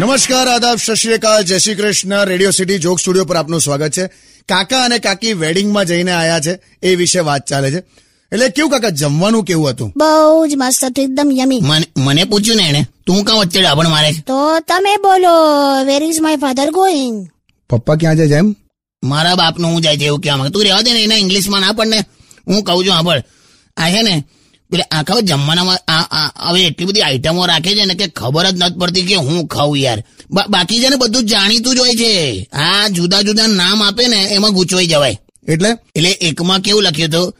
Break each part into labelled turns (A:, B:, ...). A: નમસ્કાર આદાબ સત શ્રી અકાલ જય Shri Krishna Radio City Joke Studio પર આપનું સ્વાગત છે કાકા અને કાકી વેડિંગમાં જઈને આયા છે એ વિશે વાત ચાલે છે એટલે કેવું કાકા જમવાનું કેવું હતું
B: બહુ જ મસ્ત હતું એકદમ યમી
C: મને મને પૂછ્યું ને એને તું કાં વચ્ચે ડાબણ મારે છે?
B: તો તમે બોલો where is my father going
A: પપ્પા ક્યાં જાય જેમ
C: મારા બાપનું હું જાય છે એવું કહેવા માંગે તું રહેવા દે ને એના ઇંગ્લિશમાં ના પડને હું કહું છું સાંભળ આ છે ને પેલે આખા જમવાનામાં આ આ- હવે એટલી બધી આઈટમો રાખે છે ને કે ખબર જ નથી પડતી કે હું ખાઉં યાર બા- બાકી છે ને બધું જાણીતું જ હોય છે આ જુદા જુદા નામ આપે ને એમાં ગૂંચવાઈ જવાય
A: એટલે
C: એટલે એકમાં કેવું લખ્યું હતું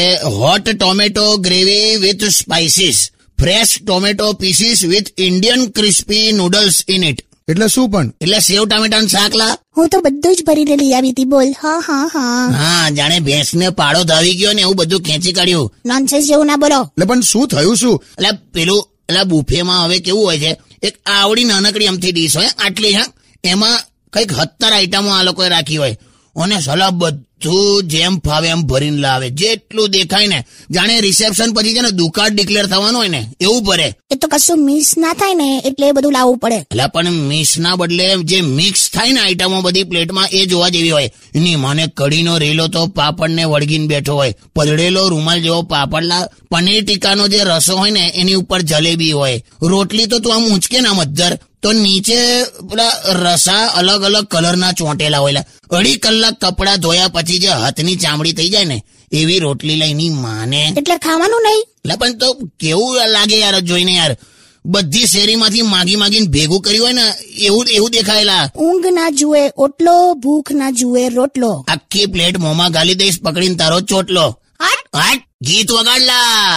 C: એ hot tomato gravy with spices fresh tomato pieces with Indian crispy noodles in it
A: એટલે શું પણ
C: એટલે સેવ ટામેટાનું શાક લા
B: હું તો બધું જ ભરીને લઈ આવી હતી બોલ હા હા હા
C: હા જાણે ભેંસને પાડો ધાવી ગયો ને એવું બધું ખેંચી કાઢ્યું
B: નોનસેન્સ જેવું ના બોલો
A: એટલે પણ શું થયું શું
C: એટલે પેલું એટલે બુફેમાં હવે કેવું હોય છે એક આવડી નાનકડી અમથી ડીશ હોય આટલી હા એમાં કંઈક સત્તર આઈટમો આ લોકોએ રાખી હોય અને સલાહ બધું જેમ ફાવે એમ ભરીને લાવે જેટલું દેખાય ને જાણે રિસેપ્શન પછી છે ને દુકાળ ડિક્લેર થવાનું હોય ને એવું ભરે
B: એ તો કશું મિસ ના થાય ને એટલે એ બધું લાવવું પડે
C: એટલે પણ મિક્સના બદલે જે મિક્સ થાય ને આઈટમો બધી પ્લેટમાં એ જોવા જેવી હોય એની માને કઢીનો રેલો તો પાપડને વળગીને બેઠો હોય પધળેલો રૂમાલ જેવો પાપડલા પનીર ટીકાનો જે રસો હોય ને એની ઉપર જલેબી હોય રોટલી તો તું આમ ઊંચકે ના મધર તો નીચે પેલા રસા અલગ અલગ કલરના ચોંટેલા હોય લા. અઢી કલાક કપડાં ધોયા પછી જે હાથની ચામડી થઈ જાય ને એવી રોટલી લઈની માને
B: એટલે ખાવાનું નહીં
C: એટલે પણ તો કેવું લાગે યાર જોઈને યાર બધી શેરીમાંથી માગી માગીને ભેગું કર્યું હોય ને એવું એવું દેખાયેલા
B: ઊંઘ ના જુએ ઓટલો ભૂખ ના જુએ રોટલો
C: આખી પ્લેટ મોંમાં ગાલી દઈશ પકડીને તારો ચોટલો
B: હટ
C: હાટ ગીત વગાડલા